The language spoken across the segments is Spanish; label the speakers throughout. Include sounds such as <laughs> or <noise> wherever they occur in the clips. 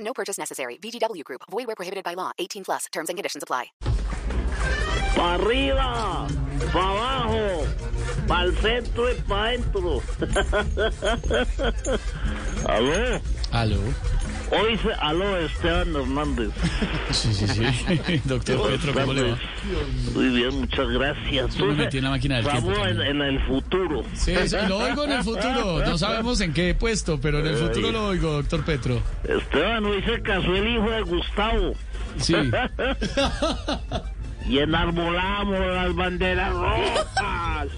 Speaker 1: No purchase necessary. VGW Group. Void where prohibited by law. 18 plus. Terms and conditions apply.
Speaker 2: Para arriba, para abajo, para el centro y para adentro. <laughs> aló,
Speaker 3: Aló.
Speaker 2: hoy se, aló Esteban Hernández.
Speaker 3: Sí, sí, sí. <laughs> Doctor Petro, ¿cómo le va?
Speaker 2: Muy bien, muchas gracias.
Speaker 3: Yo me metí en la máquina del
Speaker 2: Estamos
Speaker 3: tiempo
Speaker 2: en, en
Speaker 3: también.
Speaker 2: el futuro.
Speaker 3: Sí, sí, lo oigo en el futuro. <laughs> No sabemos en qué puesto, pero en el futuro lo oigo, doctor Petro.
Speaker 2: Esteban hoy se casó el hijo de Gustavo.
Speaker 3: Sí.
Speaker 2: <laughs> Y enarbolamos las banderas rojas.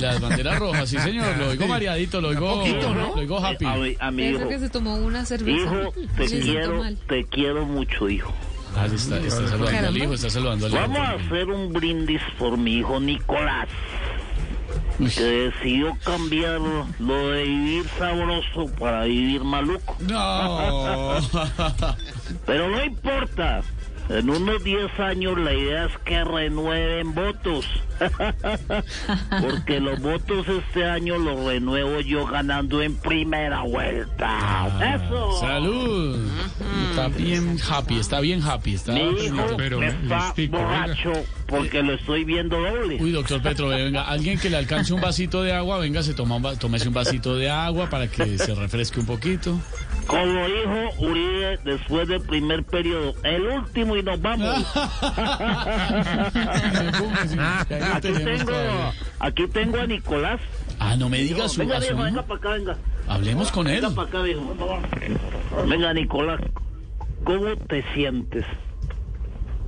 Speaker 3: Las banderas rojas, sí, señor. Lo oigo mareadito, lo oigo, lo oigo happy.
Speaker 2: A mi, a mi
Speaker 4: Eso
Speaker 2: hijo.
Speaker 4: que se tomó una cerveza.
Speaker 2: Hijo, te
Speaker 4: Le hizo
Speaker 2: quiero,
Speaker 4: mal.
Speaker 2: te quiero mucho, hijo.
Speaker 3: Ah, le está, le está saludando al hijo, está saludando al hijo.
Speaker 2: Vamos a hacer un brindis por mi hijo Nicolás,
Speaker 3: Uy.
Speaker 2: que decidió cambiar lo de vivir sabroso para vivir maluco.
Speaker 3: No.
Speaker 2: Pero no importa, en unos 10 años la idea es que renueven votos. <laughs> Porque los votos este año los renuevo yo ganando en primera vuelta.
Speaker 3: <laughs>
Speaker 2: ¡Eso!
Speaker 3: Salud. Está bien happy, está bien happy. Está
Speaker 2: Mi hijo
Speaker 5: Ah, pero
Speaker 2: está
Speaker 5: listico, venga.
Speaker 2: borracho porque lo estoy viendo doble.
Speaker 3: Uy, doctor Petro, ve, venga, alguien que le alcance un vasito de agua, venga, se toma un va- tómese un vasito de agua para que se refresque un poquito.
Speaker 2: Como dijo Uribe después del primer periodo, el último y nos vamos.
Speaker 3: <laughs> Se fume, sí, ahí lo
Speaker 2: Ah, Aquí
Speaker 3: tenemos
Speaker 2: tengo,
Speaker 3: todavía.
Speaker 2: aquí tengo a Nicolás.
Speaker 3: Ah, no me diga su,
Speaker 2: venga,
Speaker 3: a su
Speaker 2: viejo,
Speaker 3: hijo.
Speaker 2: venga para acá, venga.
Speaker 3: Hablemos con él.
Speaker 2: Venga para acá, viejo. Venga, Nicolás, ¿cómo te sientes?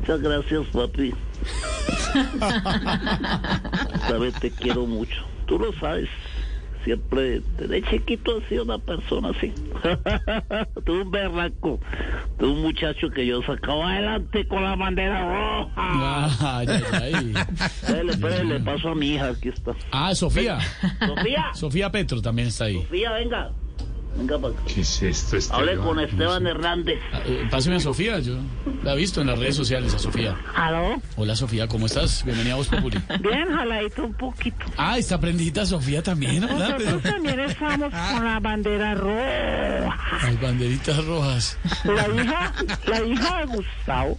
Speaker 2: Muchas gracias,
Speaker 5: <laughs>
Speaker 2: papi. Sabes, te quiero mucho. Tú lo sabes. Siempre, desde chiquito he sido una persona así. <laughs> Tú un berraco. Tú un muchacho que yo sacaba adelante con la bandera roja.
Speaker 3: Ay, ay, ay.
Speaker 2: Espérale, espérale, le paso a mi hija, aquí está.
Speaker 3: Ah, Sofía.
Speaker 2: Sofía,
Speaker 3: Sofía Petro también está ahí.
Speaker 2: Sofía, venga. Venga para acá.
Speaker 5: ¿Qué es esto, este Esteban?
Speaker 2: Hable con Esteban
Speaker 5: No sé.
Speaker 2: Hernández.
Speaker 3: Ah, eh, Páseme a Sofía, yo la he visto en las redes sociales a Sofía.
Speaker 2: ¿Aló?
Speaker 3: Hola Sofía, ¿cómo estás? Bienvenida a Voz Populi.
Speaker 2: Bien, jaladito un poquito.
Speaker 3: Ah, está prendida Sofía también, ¿verdad?
Speaker 2: Nosotros también estamos
Speaker 3: Ah.
Speaker 2: con la bandera roja.
Speaker 3: Las banderitas rojas.
Speaker 2: La hija, la hija de Gustavo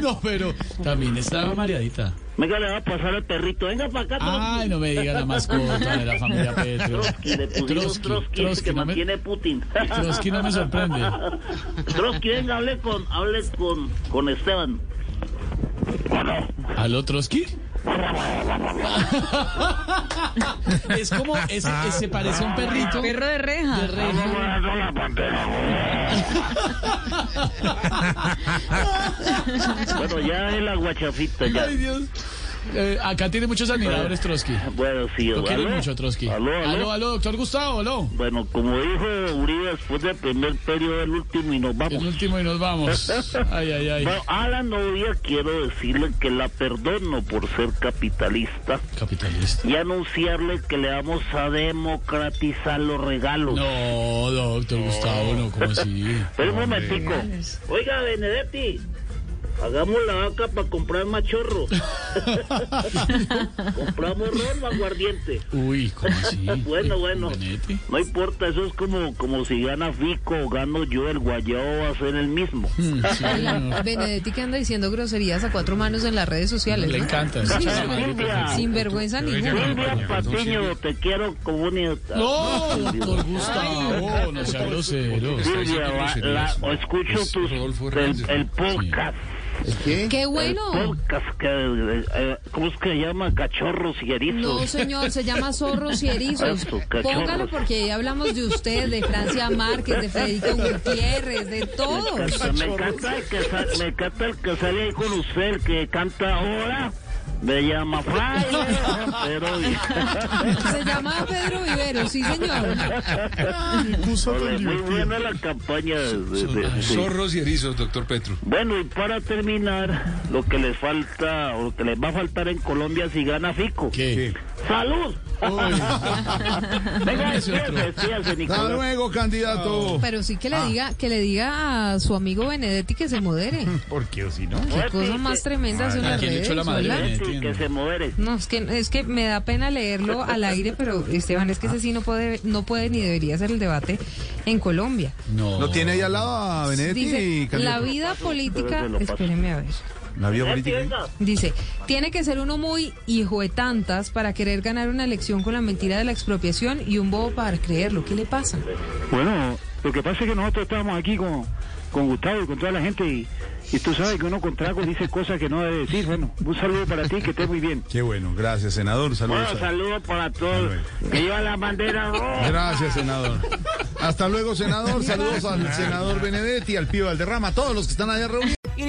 Speaker 3: No, pero también está mareadita.
Speaker 2: Venga, le va a pasar al perrito. Venga para acá,
Speaker 3: Ay, no me diga la mascota de la familia Petro.
Speaker 2: Trotsky. Le pusimos
Speaker 3: Trotsky,
Speaker 2: Trotsky,
Speaker 3: Trotsky,
Speaker 2: que
Speaker 3: no me,
Speaker 2: mantiene Putin.
Speaker 3: <laughs> Trotsky no me sorprende.
Speaker 2: Trotsky, venga, hable con, hable con, con Esteban.
Speaker 3: ¿Aló, Trotsky? es como, ese, se parece a un perrito.
Speaker 4: Perro de reja.
Speaker 2: <laughs> Bueno, ya es la guachafita, ya.
Speaker 3: Ay, Dios. Eh, acá tiene muchos admiradores, Trotsky.
Speaker 2: Bueno, sí,
Speaker 3: Lo quiero
Speaker 2: ¿aló?
Speaker 3: mucho, a Trotsky.
Speaker 2: ¿Aló, aló?
Speaker 3: aló, doctor Gustavo, aló.
Speaker 2: Bueno, como dijo Uribe, después del primer periodo, el último y nos
Speaker 3: El
Speaker 2: vamos.
Speaker 3: último y nos vamos. Ay, ay, ay.
Speaker 2: Bueno, a la novia quiero decirle que la perdono por ser capitalista
Speaker 3: Capitalista.
Speaker 2: y anunciarle que le vamos a democratizar los regalos.
Speaker 3: No, doctor Gustavo, no, ¿cómo así?
Speaker 2: Pero un momentico. Oiga, Benedetti, Hagamos la vaca para comprar
Speaker 3: <laughs>
Speaker 2: machorro. <laughs> Compramos ron o aguardiente.
Speaker 3: Uy, ¿cómo
Speaker 2: <laughs>
Speaker 3: así?
Speaker 2: Bueno,
Speaker 3: Uy,
Speaker 2: bueno.
Speaker 3: juguete.
Speaker 2: No importa, eso es como, como si gana Fico o gano yo, el guayao va a ser el mismo.
Speaker 3: Mm, sí,
Speaker 2: <laughs>
Speaker 3: señor.
Speaker 4: Benedetti que anda diciendo groserías a cuatro manos en las redes sociales.
Speaker 3: Le
Speaker 4: ¿no?
Speaker 3: encanta.
Speaker 4: Sí,
Speaker 3: escucha
Speaker 2: sí,
Speaker 3: la madre,
Speaker 2: Silvia.
Speaker 3: perfecto.
Speaker 4: Sin vergüenza ninguna.
Speaker 2: Silvia Patiño, te quiero como un idiota.
Speaker 3: No, doctor Gustavo, no sea grosero.
Speaker 2: Silvia, va- la- o escucho tus, el, el podcast.
Speaker 4: ¡Qué bueno!
Speaker 2: Podcast que, eh, eh, ¿cómo es que se llama? Cachorros y erizos.
Speaker 4: No, señor, se llama Zorros y Erizos.
Speaker 2: Eso, cachorros.
Speaker 4: Póngalo porque ahí hablamos de usted, de Francia Márquez, de Federico Gutiérrez, de
Speaker 2: Me
Speaker 4: todos.
Speaker 2: encanta, me encanta el que sa- me encanta el que sale ahí con usted, el que canta ahora. Me llama Friday, pero
Speaker 4: Se llama Pedro Vivero, sí, señor.
Speaker 2: Oye, muy buena la campaña. de- de- de- de-
Speaker 5: Zorros y erizos, doctor Petro.
Speaker 2: Bueno, y para terminar, lo que les falta, o lo que les va a faltar en Colombia si gana Fico.
Speaker 3: ¿Qué? Ah,
Speaker 2: ¡Salud! Venga,
Speaker 3: Ese
Speaker 2: despídase,
Speaker 3: otro.
Speaker 2: despídase,
Speaker 6: Hasta
Speaker 2: Nicolás.
Speaker 6: luego, candidato.
Speaker 4: Pero sí que le
Speaker 3: Ah.
Speaker 4: diga, que le diga a su amigo Benedetti que
Speaker 3: <laughs>
Speaker 4: se modere.
Speaker 6: Porque si no.
Speaker 4: Qué cosa más tremenda son las
Speaker 3: Ah, ¿quién le
Speaker 4: redes.
Speaker 3: echó la madre?
Speaker 4: ¿hola?
Speaker 3: Benedetti.
Speaker 2: Sí, que se modere.
Speaker 4: No, es que, es que me da
Speaker 3: <laughs>
Speaker 4: pena leerlo al aire, pero Esteban, es que
Speaker 3: Ah.
Speaker 4: ese sí no puede, no puede ni debería ser el debate en Colombia.
Speaker 3: No.
Speaker 6: ¿No tiene ahí al lado ah, a Benedetti?
Speaker 4: Dice, la
Speaker 6: candidato?
Speaker 4: vida política,
Speaker 2: se lo paso.
Speaker 4: espéreme a ver.
Speaker 6: La vida
Speaker 2: Benedetti,
Speaker 7: ¿eh?
Speaker 6: política.
Speaker 2: venga.
Speaker 4: Dice, tiene que ser uno muy hijo de tantas para querer ganar una elección con la mentira de la expropiación y un bobo para creerlo. ¿Qué le pasa?
Speaker 2: Bueno, lo que pasa es que nosotros estábamos aquí con, con Gustavo y con toda la gente y, y tú sabes que uno con trago dice cosas que no debe decir. Bueno, un saludo para ti, que estés muy bien.
Speaker 6: Qué bueno, gracias, senador. Saludos.
Speaker 2: Bueno,
Speaker 6: a-
Speaker 2: saludos para todos.
Speaker 6: Manuel.
Speaker 2: Que lleva la bandera roja.
Speaker 6: Gracias, senador. Hasta luego, senador. Saludos al senador Benedetti, al pío Valderrama, a todos los que están allá reunidos.
Speaker 8: It